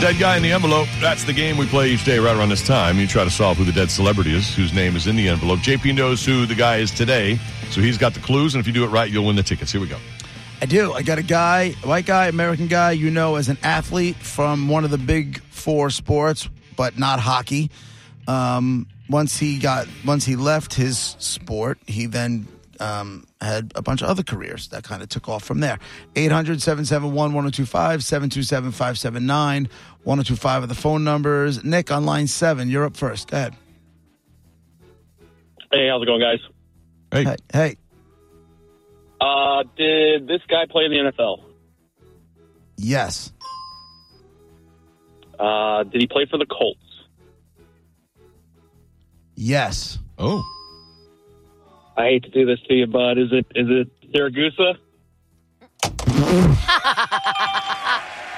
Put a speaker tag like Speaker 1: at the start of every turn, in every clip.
Speaker 1: Dead guy in the envelope. That's the game we play each day right around this time. You try to solve who the dead celebrity is, whose name is in the envelope. JP knows who the guy is today, so he's got the clues, and if you do it right, you'll win the tickets. Here we go.
Speaker 2: I do. I got a guy, white guy, American guy, you know, as an athlete from one of the big four sports, but not hockey. Um, once he got, once he left his sport, he then um, had a bunch of other careers that kind of took off from there. 800 771 1025, 727 579, 1025 are the phone numbers. Nick on line seven, you're up first. Go ahead.
Speaker 3: Hey, how's it going, guys?
Speaker 1: Hey,
Speaker 2: Hey, hey.
Speaker 3: Uh, did this guy play in the NFL?
Speaker 2: yes.
Speaker 3: Uh, did he play for the Colts?
Speaker 2: Yes.
Speaker 1: oh,
Speaker 3: I hate to do this to you, bud. Is it is it Siragusa?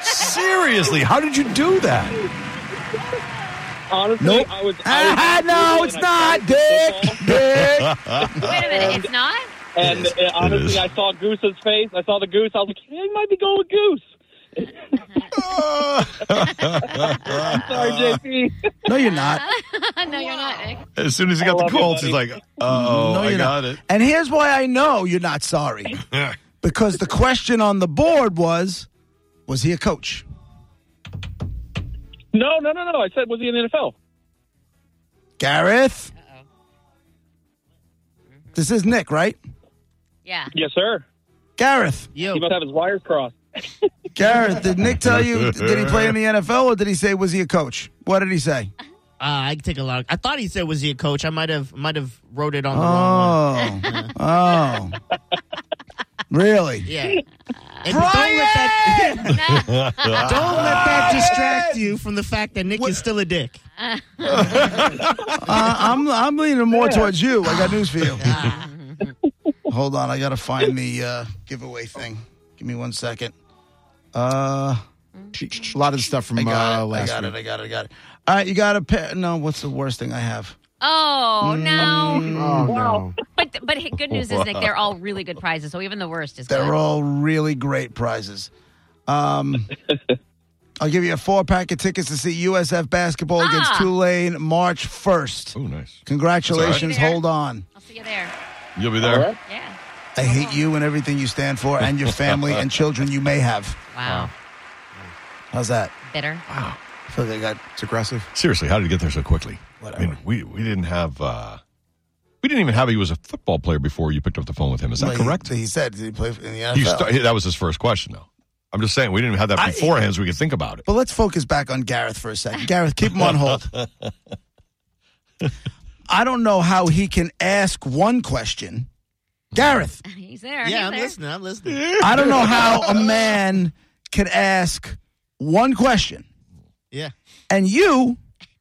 Speaker 1: seriously? How did you do that?
Speaker 3: Honestly,
Speaker 2: Nope.
Speaker 3: I was.
Speaker 2: Ah,
Speaker 3: I was
Speaker 2: no, it's
Speaker 3: Googling and I
Speaker 2: not,
Speaker 3: tried
Speaker 2: Dick.
Speaker 3: football,
Speaker 2: Dick.
Speaker 4: Wait a minute, it's not?
Speaker 3: And
Speaker 2: It
Speaker 1: It
Speaker 3: uh,
Speaker 1: is.
Speaker 3: honestly, I saw Goose's face. I saw the goose. I was like, he might be going with Goose. Sorry, JP.
Speaker 2: No, you're not.
Speaker 4: no, you're not, Nick.
Speaker 1: as soon as he got
Speaker 3: I
Speaker 1: the
Speaker 3: love you,
Speaker 1: Colts, he's
Speaker 3: buddy.
Speaker 1: like, "Oh,
Speaker 2: no,
Speaker 1: I
Speaker 2: you're
Speaker 1: got
Speaker 2: not. And here's why I know you're not sorry.
Speaker 1: it."
Speaker 2: Because the question on the board was, was he a coach?
Speaker 3: No, no, no, no. I said, was he in the NFL?
Speaker 2: Gareth? This is Nick, right?
Speaker 4: Yeah.
Speaker 3: Yes, sir.
Speaker 2: Gareth.
Speaker 3: He
Speaker 5: You.
Speaker 3: must have his wires crossed.
Speaker 2: Gareth, did Nick tell you, did he play in the NFL or did he say, was he a coach? What did he say?
Speaker 5: Ah, I can take a lot. Of, I thought he said was he a coach. I might have might have wrote it on the wrong one.
Speaker 2: Oh. Oh. Really?
Speaker 5: Yeah. And don't let that don't let that distract you from the fact that Nick is still a dick.
Speaker 2: Uh, I'm, I'm leaning more towards you. I got news for you.
Speaker 5: Ah.
Speaker 2: Hold on, I gotta find the uh, giveaway thing. Give me one second. Uh,
Speaker 6: A lot of stuff from
Speaker 2: I got
Speaker 6: uh,
Speaker 2: it. I
Speaker 6: last
Speaker 2: got
Speaker 6: week.
Speaker 2: it. I got it. I got it. All right, you got a pair. No, what's the worst thing I have?
Speaker 4: Oh, no.
Speaker 2: Mm.
Speaker 6: Oh no!
Speaker 4: But but hey, good news is, Nick, they're all really good prizes, so even the worst is
Speaker 2: They're
Speaker 4: good.
Speaker 2: all really great prizes. Um, I'll give you a four pack of tickets to see USF basketball against
Speaker 4: Ah.
Speaker 2: Tulane March first.
Speaker 1: oh, nice.
Speaker 2: Congratulations.
Speaker 4: That's all right.
Speaker 2: Hold on.
Speaker 4: I'll see you there.
Speaker 1: You'll be there.
Speaker 4: Yeah.
Speaker 2: I hate you and everything you stand for, and your family and children you may have.
Speaker 4: Wow.
Speaker 2: How's that?
Speaker 4: Bitter.
Speaker 2: I feel like I got
Speaker 6: It's aggressive.
Speaker 1: Seriously, how did he get there so quickly? I mean, we we didn't have uh, we didn't even have he was a football player before you picked up the phone with him. Is that
Speaker 2: Well, he-
Speaker 1: correct?
Speaker 2: He, said did he play in the NFL.
Speaker 1: You start, that was his first question, though. I'm just saying we didn't even have that beforehand, so we could think about it.
Speaker 2: But let's focus back on Gareth for a second. Gareth, keep him on hold. I don't know how he can ask one question. Gareth,
Speaker 4: He's there.
Speaker 5: Yeah, I'm
Speaker 4: he's there.
Speaker 5: listening. I'm listening.
Speaker 2: I don't know how a man can ask one question
Speaker 5: Yeah.
Speaker 2: and you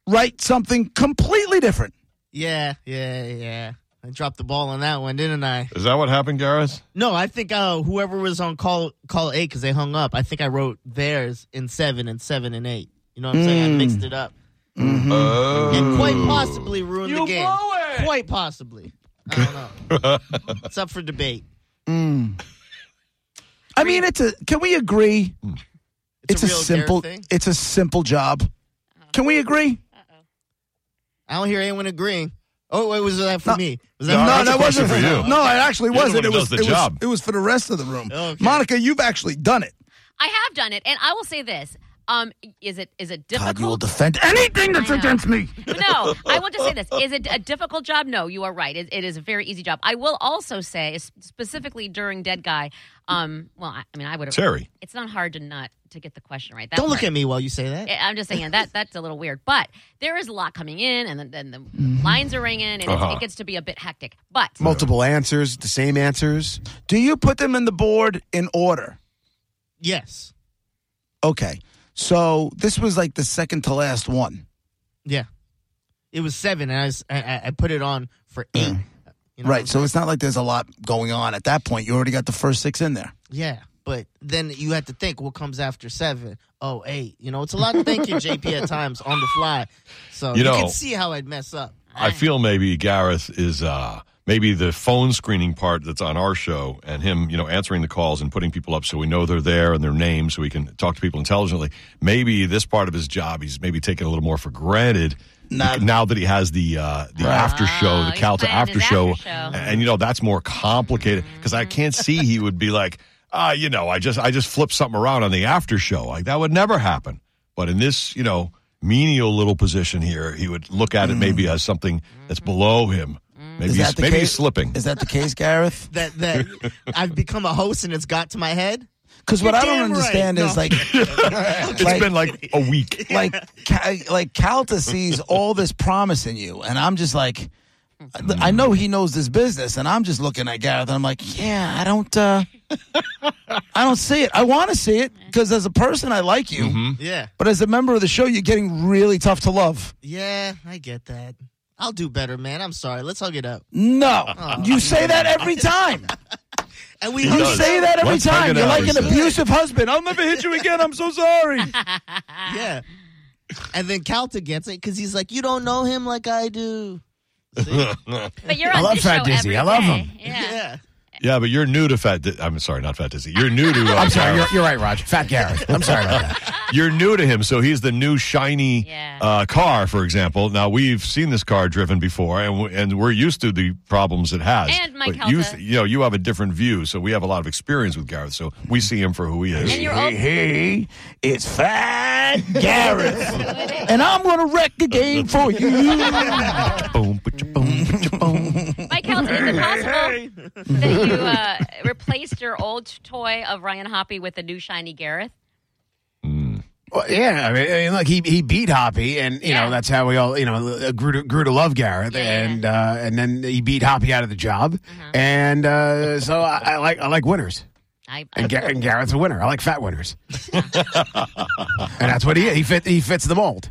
Speaker 2: write something completely different.
Speaker 5: Yeah, yeah, yeah. I dropped the ball on that one, didn't I?
Speaker 1: Is that what happened, Gareth?
Speaker 5: No, I think uh, whoever was on call call eight because they hung up. I think I wrote theirs in seven and seven and eight. You know what I'm saying? I mixed it up
Speaker 4: Mm-hmm.
Speaker 1: Oh.
Speaker 5: and quite possibly ruined the game. Quite possibly. I don't know. it's up for debate.
Speaker 2: I mean, it's a. Can we agree? It's, a,
Speaker 5: real
Speaker 2: simple.
Speaker 5: Gareth thing.
Speaker 2: It's a simple job. Can we agree?
Speaker 5: I don't hear anyone agreeing. Oh, wait, was that for
Speaker 2: No.
Speaker 5: me? Was
Speaker 1: No,
Speaker 5: that
Speaker 1: that's
Speaker 2: no,
Speaker 1: a
Speaker 2: that
Speaker 1: question
Speaker 2: wasn't
Speaker 1: for you.
Speaker 2: No, it actually
Speaker 1: You're the
Speaker 2: wasn't.
Speaker 1: one who
Speaker 2: it was
Speaker 1: does the
Speaker 2: it was-
Speaker 1: job.
Speaker 2: it was for the rest of the room.
Speaker 5: Okay.
Speaker 2: Monica, you've actually done it.
Speaker 4: I have done it, and I will say this. Um, is it is it difficult?
Speaker 2: God, you will defend anything that's
Speaker 4: I know.
Speaker 2: against me.
Speaker 4: no, I will just say this. Is it a difficult job? No, you are right. It, it is a very easy job. I will also say, s- specifically during Dead Guy, um, well, I, I mean, I would have.
Speaker 1: Terry.
Speaker 4: It's not hard to not to get the question right. That
Speaker 5: Don't
Speaker 4: part.
Speaker 5: look at me while you say that.
Speaker 4: I- Eh, I'm just saying that that's a little weird, but there is a lot coming in, and then, then the lines are ringing, and it's-
Speaker 1: Uh-huh.
Speaker 4: it gets to be a bit hectic. But
Speaker 6: Multiple answers, the same answers.
Speaker 2: Do you put them in the board in order?
Speaker 5: Yes.
Speaker 2: Okay. So this was like the second to last one.
Speaker 5: Yeah. It was seven, and I, was, I- I, I put it on for eight. You know what I'm
Speaker 2: Mm. right. So it's not like there's a lot going on at that point. You already got the first six in there.
Speaker 5: Yeah, but then you have to think what comes after seven, oh eight. You know, it's a lot of thinking, JP, at times on the fly. So
Speaker 1: You
Speaker 5: you,
Speaker 1: know-
Speaker 5: can see how I'd mess up.
Speaker 1: I feel maybe Gareth is uh, maybe the phone screening part that's on our show and him, you know, answering the calls and putting people up so we know they're there and their names so we can talk to people intelligently. Maybe this part of his job he's maybe taking a little more for granted. now that he has the uh, the after show,
Speaker 4: Oh,
Speaker 1: the
Speaker 4: he's
Speaker 1: Calta
Speaker 4: planned
Speaker 1: after
Speaker 4: his
Speaker 1: show,
Speaker 4: after show.
Speaker 1: and you know that's more complicated because I can't see he would be like, uh, you know, I just I just flip something around on the after show like that would never happen. But in this, you know, menial little position here, he would look at it maybe as something that's below him. Maybe
Speaker 2: Mm. Is
Speaker 1: he's,
Speaker 2: that the
Speaker 1: maybe
Speaker 2: case?
Speaker 1: he's slipping.
Speaker 2: Is that the case, Gareth?
Speaker 5: That that I've become a host and it's got to my head.
Speaker 2: Because what
Speaker 5: You're
Speaker 2: I don't understand
Speaker 5: damn right. No.
Speaker 2: is like,
Speaker 1: It's
Speaker 2: like-
Speaker 1: been like a week.
Speaker 2: like Ca- like Calta sees all this promise in you, and I'm just like, I know he knows this business, and I'm just looking at Gareth, and I'm like, yeah, I don't, uh, I don't see it. I want to see it because as a person, I like you,
Speaker 5: Yeah.
Speaker 2: but as a member of the show, you're getting really tough to love.
Speaker 5: Yeah, I get that. I'll do better, man. I'm sorry. Let's hug it up.
Speaker 2: No, you say that every time.
Speaker 5: And we
Speaker 1: He
Speaker 5: hug
Speaker 2: You
Speaker 1: does.
Speaker 5: it
Speaker 2: say that every
Speaker 1: Let's hug
Speaker 2: time.
Speaker 1: it
Speaker 2: You're
Speaker 1: out.
Speaker 2: like an
Speaker 1: Let's-
Speaker 2: abusive husband. I'll never hit you again. I'm so sorry.
Speaker 5: up. Yeah. And then Calta gets it because he's like, you don't know him like I do.
Speaker 4: But you're
Speaker 7: I
Speaker 4: on
Speaker 7: love
Speaker 4: this
Speaker 7: Fat
Speaker 4: show
Speaker 7: Dizzy.
Speaker 4: every
Speaker 7: I love
Speaker 4: day.
Speaker 7: him.
Speaker 4: Yeah.
Speaker 1: yeah, but you're new to Fat. Di- I'm sorry, not Fat Dizzy. You're new to. Uh,
Speaker 7: I'm sorry. You're, you're right, Roger. Fat Gareth. I'm sorry about that.
Speaker 1: you're new to him, so he's the new shiny
Speaker 4: Yeah.
Speaker 1: uh, car, for example. Now we've seen this car driven before, and we, and we're used to the problems it has.
Speaker 4: And Mike
Speaker 1: but you,
Speaker 4: Helta.
Speaker 1: you know, you have a different view, so we have a lot of experience with Gareth, so we see him for who he is.
Speaker 4: And you're old.
Speaker 7: He is Fat Gareth.
Speaker 2: And I'm going to wreck the game for you.
Speaker 1: Boom, boom, boom.
Speaker 4: Mike Helton, is it possible that you uh, replaced your old toy of Ryan Hoppy with a new shiny Gareth?
Speaker 7: Well, yeah, I mean, I mean, look, he he beat Hoppy, and you
Speaker 4: Yeah.
Speaker 7: know that's how we all you know uh, grew to, grew to love Gareth,
Speaker 4: Yeah, Mm-hmm. yeah,
Speaker 7: and Uh, and then he beat Hoppy out of the job, and uh, so I, I like I like winners,
Speaker 4: I, I,
Speaker 7: and, Ga- and Gareth's a winner. I like fat winners, and that's what he is. he fit he fits the mold.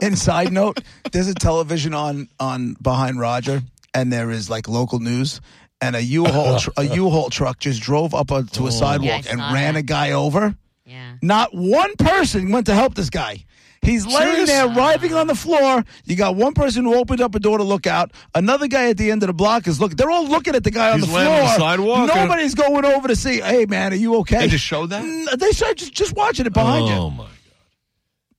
Speaker 2: And side note, there's a television on on behind Roger, and there is like local news. And a U-Haul tr- a U-Haul truck just drove up onto a sidewalk
Speaker 4: Oh. Yeah, I
Speaker 2: and
Speaker 4: saw
Speaker 2: ran
Speaker 4: that.
Speaker 2: a guy over.
Speaker 4: yeah.
Speaker 2: Not one person went to help this guy. He's laying there writhing on the floor. You got one person who opened up a door to look out. Another guy at the end of the block is looking. They're all looking at the guy on
Speaker 1: He's
Speaker 2: the
Speaker 1: laying
Speaker 2: floor.
Speaker 1: on the sidewalk, and-
Speaker 2: Nobody's going over to see. Hey man, are you okay?
Speaker 1: They just showed that?
Speaker 2: N- They said just, just watching it behind
Speaker 1: Oh my! God.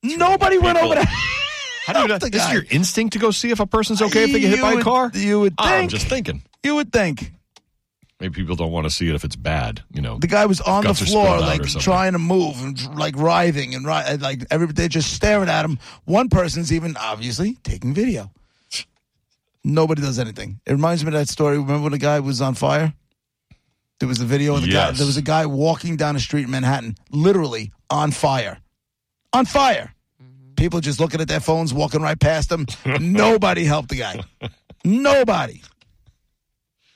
Speaker 2: you. Nobody went
Speaker 1: People-
Speaker 2: over to.
Speaker 1: How do you? Not,
Speaker 2: the
Speaker 1: this is
Speaker 2: guy.
Speaker 1: your instinct to go see if a person's okay if they get hit
Speaker 2: You
Speaker 1: by a
Speaker 2: would-
Speaker 1: car.
Speaker 2: you would
Speaker 1: I'm
Speaker 2: think.
Speaker 1: just thinking.
Speaker 2: You would think.
Speaker 1: Maybe people don't want to see it if it's bad. You know,
Speaker 2: The guy was on the
Speaker 1: Guts are
Speaker 2: floor,
Speaker 1: spilled out
Speaker 2: like
Speaker 1: or something.
Speaker 2: trying to move and like writhing and wri- like every they're just staring at him. One person's even obviously taking video. Nobody does anything. It reminds me of that story. Remember when the guy was on fire? There was a video of the guy.
Speaker 1: Yes.
Speaker 2: There was a guy walking down a street in Manhattan, literally on fire, on fire. People just looking at their phones, walking right past them. Nobody helped the guy. Nobody.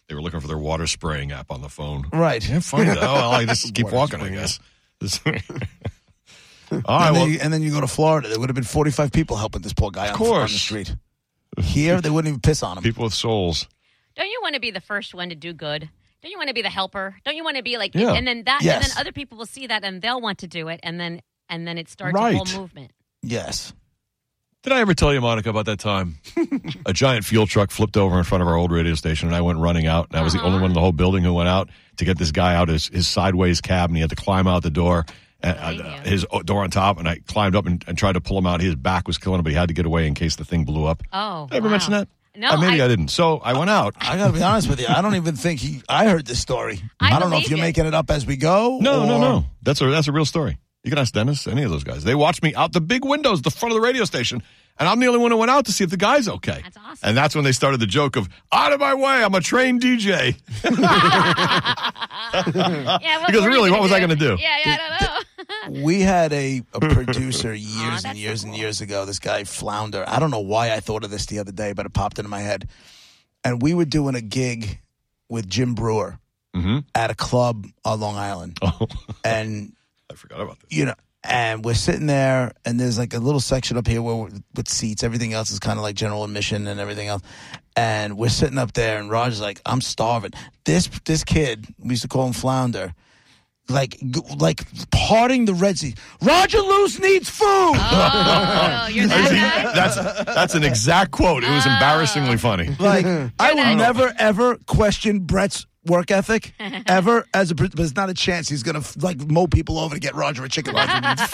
Speaker 1: they were looking for their water spraying app on the phone.
Speaker 2: Right.
Speaker 1: Can't find it. Oh, well, I just keep walking. I guess. All right.
Speaker 2: and,
Speaker 1: Well,
Speaker 2: then you, and then you go to Florida. There would have been 45 people helping this poor guy on, the- on
Speaker 1: course.
Speaker 2: the street. Here, they wouldn't even piss on him.
Speaker 1: people with souls.
Speaker 4: Don't you want to be the first one to do good? Don't you want to be the helper? Don't you want to be like
Speaker 1: Yeah.
Speaker 4: and then that and
Speaker 2: Yes.
Speaker 4: then other people will see that and they'll want to do it and then and then it starts a
Speaker 1: Right.
Speaker 4: whole movement.
Speaker 2: Yes.
Speaker 1: Did I ever tell you, Monica, about that time? a giant fuel truck flipped over in front of our old radio station, and I went running out. And I was the
Speaker 4: Uh-huh.
Speaker 1: only one in the whole building who went out to get this guy out his, his sideways cab, and he had to climb out the door, and, uh,
Speaker 4: yeah.
Speaker 1: his o- door on top. And I climbed up and, and tried to pull him out. His back was killing him, but he had to get away in case the thing blew up.
Speaker 4: Oh.
Speaker 1: Did I ever
Speaker 4: wow.
Speaker 1: mention that?
Speaker 4: No.
Speaker 1: Uh, maybe I,
Speaker 4: I,
Speaker 1: didn't. So I went out.
Speaker 2: I got to be honest with you. I don't even think he. I heard this story.
Speaker 4: I
Speaker 2: don't know if
Speaker 4: believe
Speaker 2: you're
Speaker 4: it.
Speaker 2: making it up as we go.
Speaker 1: No, no,
Speaker 2: or-
Speaker 1: no. That's a that's a real story. You can ask Dennis, any of those guys. They watched me out the big windows, the front of the radio station, and I'm the only one who went out to see if the guy's okay.
Speaker 4: That's awesome.
Speaker 1: And that's when they started the joke of "out of my way, I'm a trained DJ."
Speaker 4: yeah,
Speaker 1: Because
Speaker 4: were you
Speaker 1: really, what was I
Speaker 4: do?
Speaker 1: gonna do?
Speaker 4: Yeah, yeah, I don't know.
Speaker 2: We had a, a producer years
Speaker 4: Oh, that's
Speaker 2: and years
Speaker 4: so
Speaker 2: and
Speaker 4: cool.
Speaker 2: years ago. This guy Flounder. I don't know why I thought of this the other day, but it popped into my head. And we were doing a gig with Jim Brewer
Speaker 1: Mhm.
Speaker 2: at a club on Long Island,
Speaker 1: oh,
Speaker 2: and
Speaker 1: I forgot about this.
Speaker 2: you know, and we're sitting there, and there's like a little section up here where we're, with seats. Everything else is kind of like general admission and everything else. And we're sitting up there, and Roger's like, "I'm starving." This this kid, we used to call him Flounder. like g- like parting the Red Sea. Roger Luce needs food.
Speaker 4: Oh, you're
Speaker 1: I see,
Speaker 4: that guy?
Speaker 1: that's that's an exact quote. It
Speaker 4: Oh.
Speaker 1: was embarrassingly funny.
Speaker 2: Like I will
Speaker 4: nice.
Speaker 2: never ever question Brett's work ethic ever as a pr- but it's not a chance he's gonna f- like mow people over to get Roger a chicken. Roger needs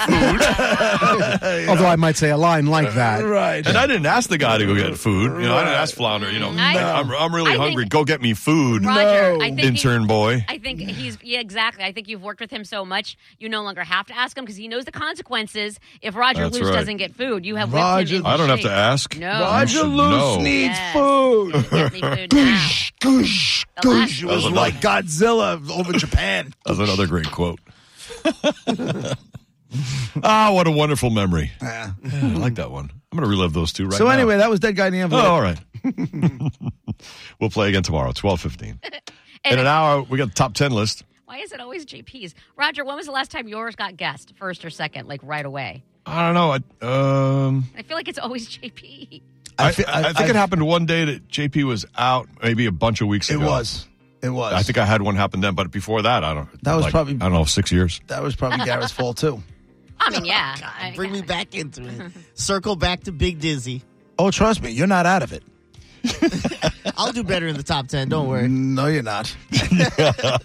Speaker 7: Although I might say a line like that.
Speaker 2: right.
Speaker 1: And I didn't ask the guy to go get food. You know, I didn't ask Flounder. You know,
Speaker 4: I-
Speaker 1: like, I'm, I'm really
Speaker 4: I think-
Speaker 1: hungry. Go get me food,
Speaker 4: Roger, I think
Speaker 1: intern
Speaker 4: you-
Speaker 1: boy.
Speaker 4: I think he's yeah exactly. I think you've worked with him so much, you no longer have to ask him because he knows the consequences. If Roger
Speaker 1: That's
Speaker 4: Luce
Speaker 1: right.
Speaker 4: doesn't get food, you have
Speaker 2: Roger-
Speaker 4: whipped him. into
Speaker 1: I don't have to
Speaker 4: shape.
Speaker 1: ask.
Speaker 4: No.
Speaker 1: You
Speaker 4: Roger
Speaker 1: should know.
Speaker 2: needs
Speaker 4: Yes.
Speaker 2: food.
Speaker 4: Get me food now.
Speaker 2: Goosh,
Speaker 4: The last-
Speaker 2: goosh. It was
Speaker 1: That was
Speaker 2: like Godzilla over Japan.
Speaker 1: That's another great quote. ah, what a wonderful memory. Yeah, I like that one. I'm going to relive those two right
Speaker 2: so
Speaker 1: now.
Speaker 2: anyway, that was Dead Guy in the
Speaker 1: Oh,
Speaker 2: Envelope.
Speaker 1: all right. we'll play again tomorrow, 12.15. In an hour, we got the top 10 list.
Speaker 4: Why is it always JP's? Roger, when was the last time yours got guessed, first or second, like right away?
Speaker 1: I don't know. I, um...
Speaker 4: I feel like it's always JP.
Speaker 1: I,
Speaker 2: fe-
Speaker 1: I, I think it happened one day that JP was out, maybe a bunch of weeks
Speaker 2: It
Speaker 1: ago.
Speaker 2: was. It was.
Speaker 1: I think I had one happen then, but before that, I don't.
Speaker 2: That was
Speaker 1: like,
Speaker 2: probably-
Speaker 1: I don't know, six years.
Speaker 2: that was probably Garrett's fault too.
Speaker 4: I mean, yeah.
Speaker 2: Oh,
Speaker 4: I-
Speaker 5: Bring me back into it. Circle back to Big Dizzy.
Speaker 2: Oh, trust me, you're not out of it.
Speaker 5: I'll do better in the top ten.
Speaker 1: Oh.
Speaker 5: Don't worry.
Speaker 2: No, you're not.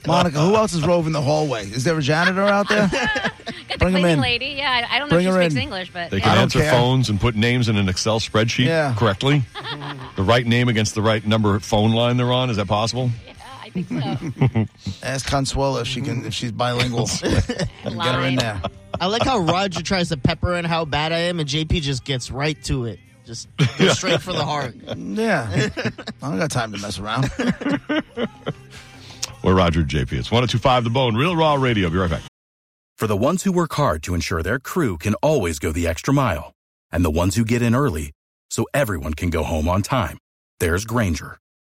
Speaker 2: Monica, who else is roving the hallway? Is there a janitor out there?
Speaker 4: Got the
Speaker 2: Bring 'em
Speaker 4: cleaning
Speaker 2: in.
Speaker 4: lady. Yeah, I I don't know
Speaker 2: Bring
Speaker 4: if she
Speaker 2: her
Speaker 4: speaks
Speaker 2: in.
Speaker 4: English, but
Speaker 1: They
Speaker 4: yeah.
Speaker 1: can
Speaker 2: don't
Speaker 1: answer
Speaker 2: care.
Speaker 1: phones and put names in an Excel spreadsheet
Speaker 2: Yeah.
Speaker 1: correctly. the right name against the right number phone line they're on. Is that possible?
Speaker 4: Yeah, I think so.
Speaker 2: Ask Consuelo if she can if she's bilingual. Get her in
Speaker 4: Lies.
Speaker 2: there.
Speaker 5: I like how Roger tries to pepper in how bad I am, and JP just gets right to it. Just goes straight for the heart.
Speaker 2: Yeah. I don't got time to mess around.
Speaker 1: We're Roger and JP. It's 1025 The Bone, Real Raw Radio. Be right back.
Speaker 8: For the ones who work hard to ensure their crew can always go the extra mile, and the ones who get in early so everyone can go home on time, there's Granger,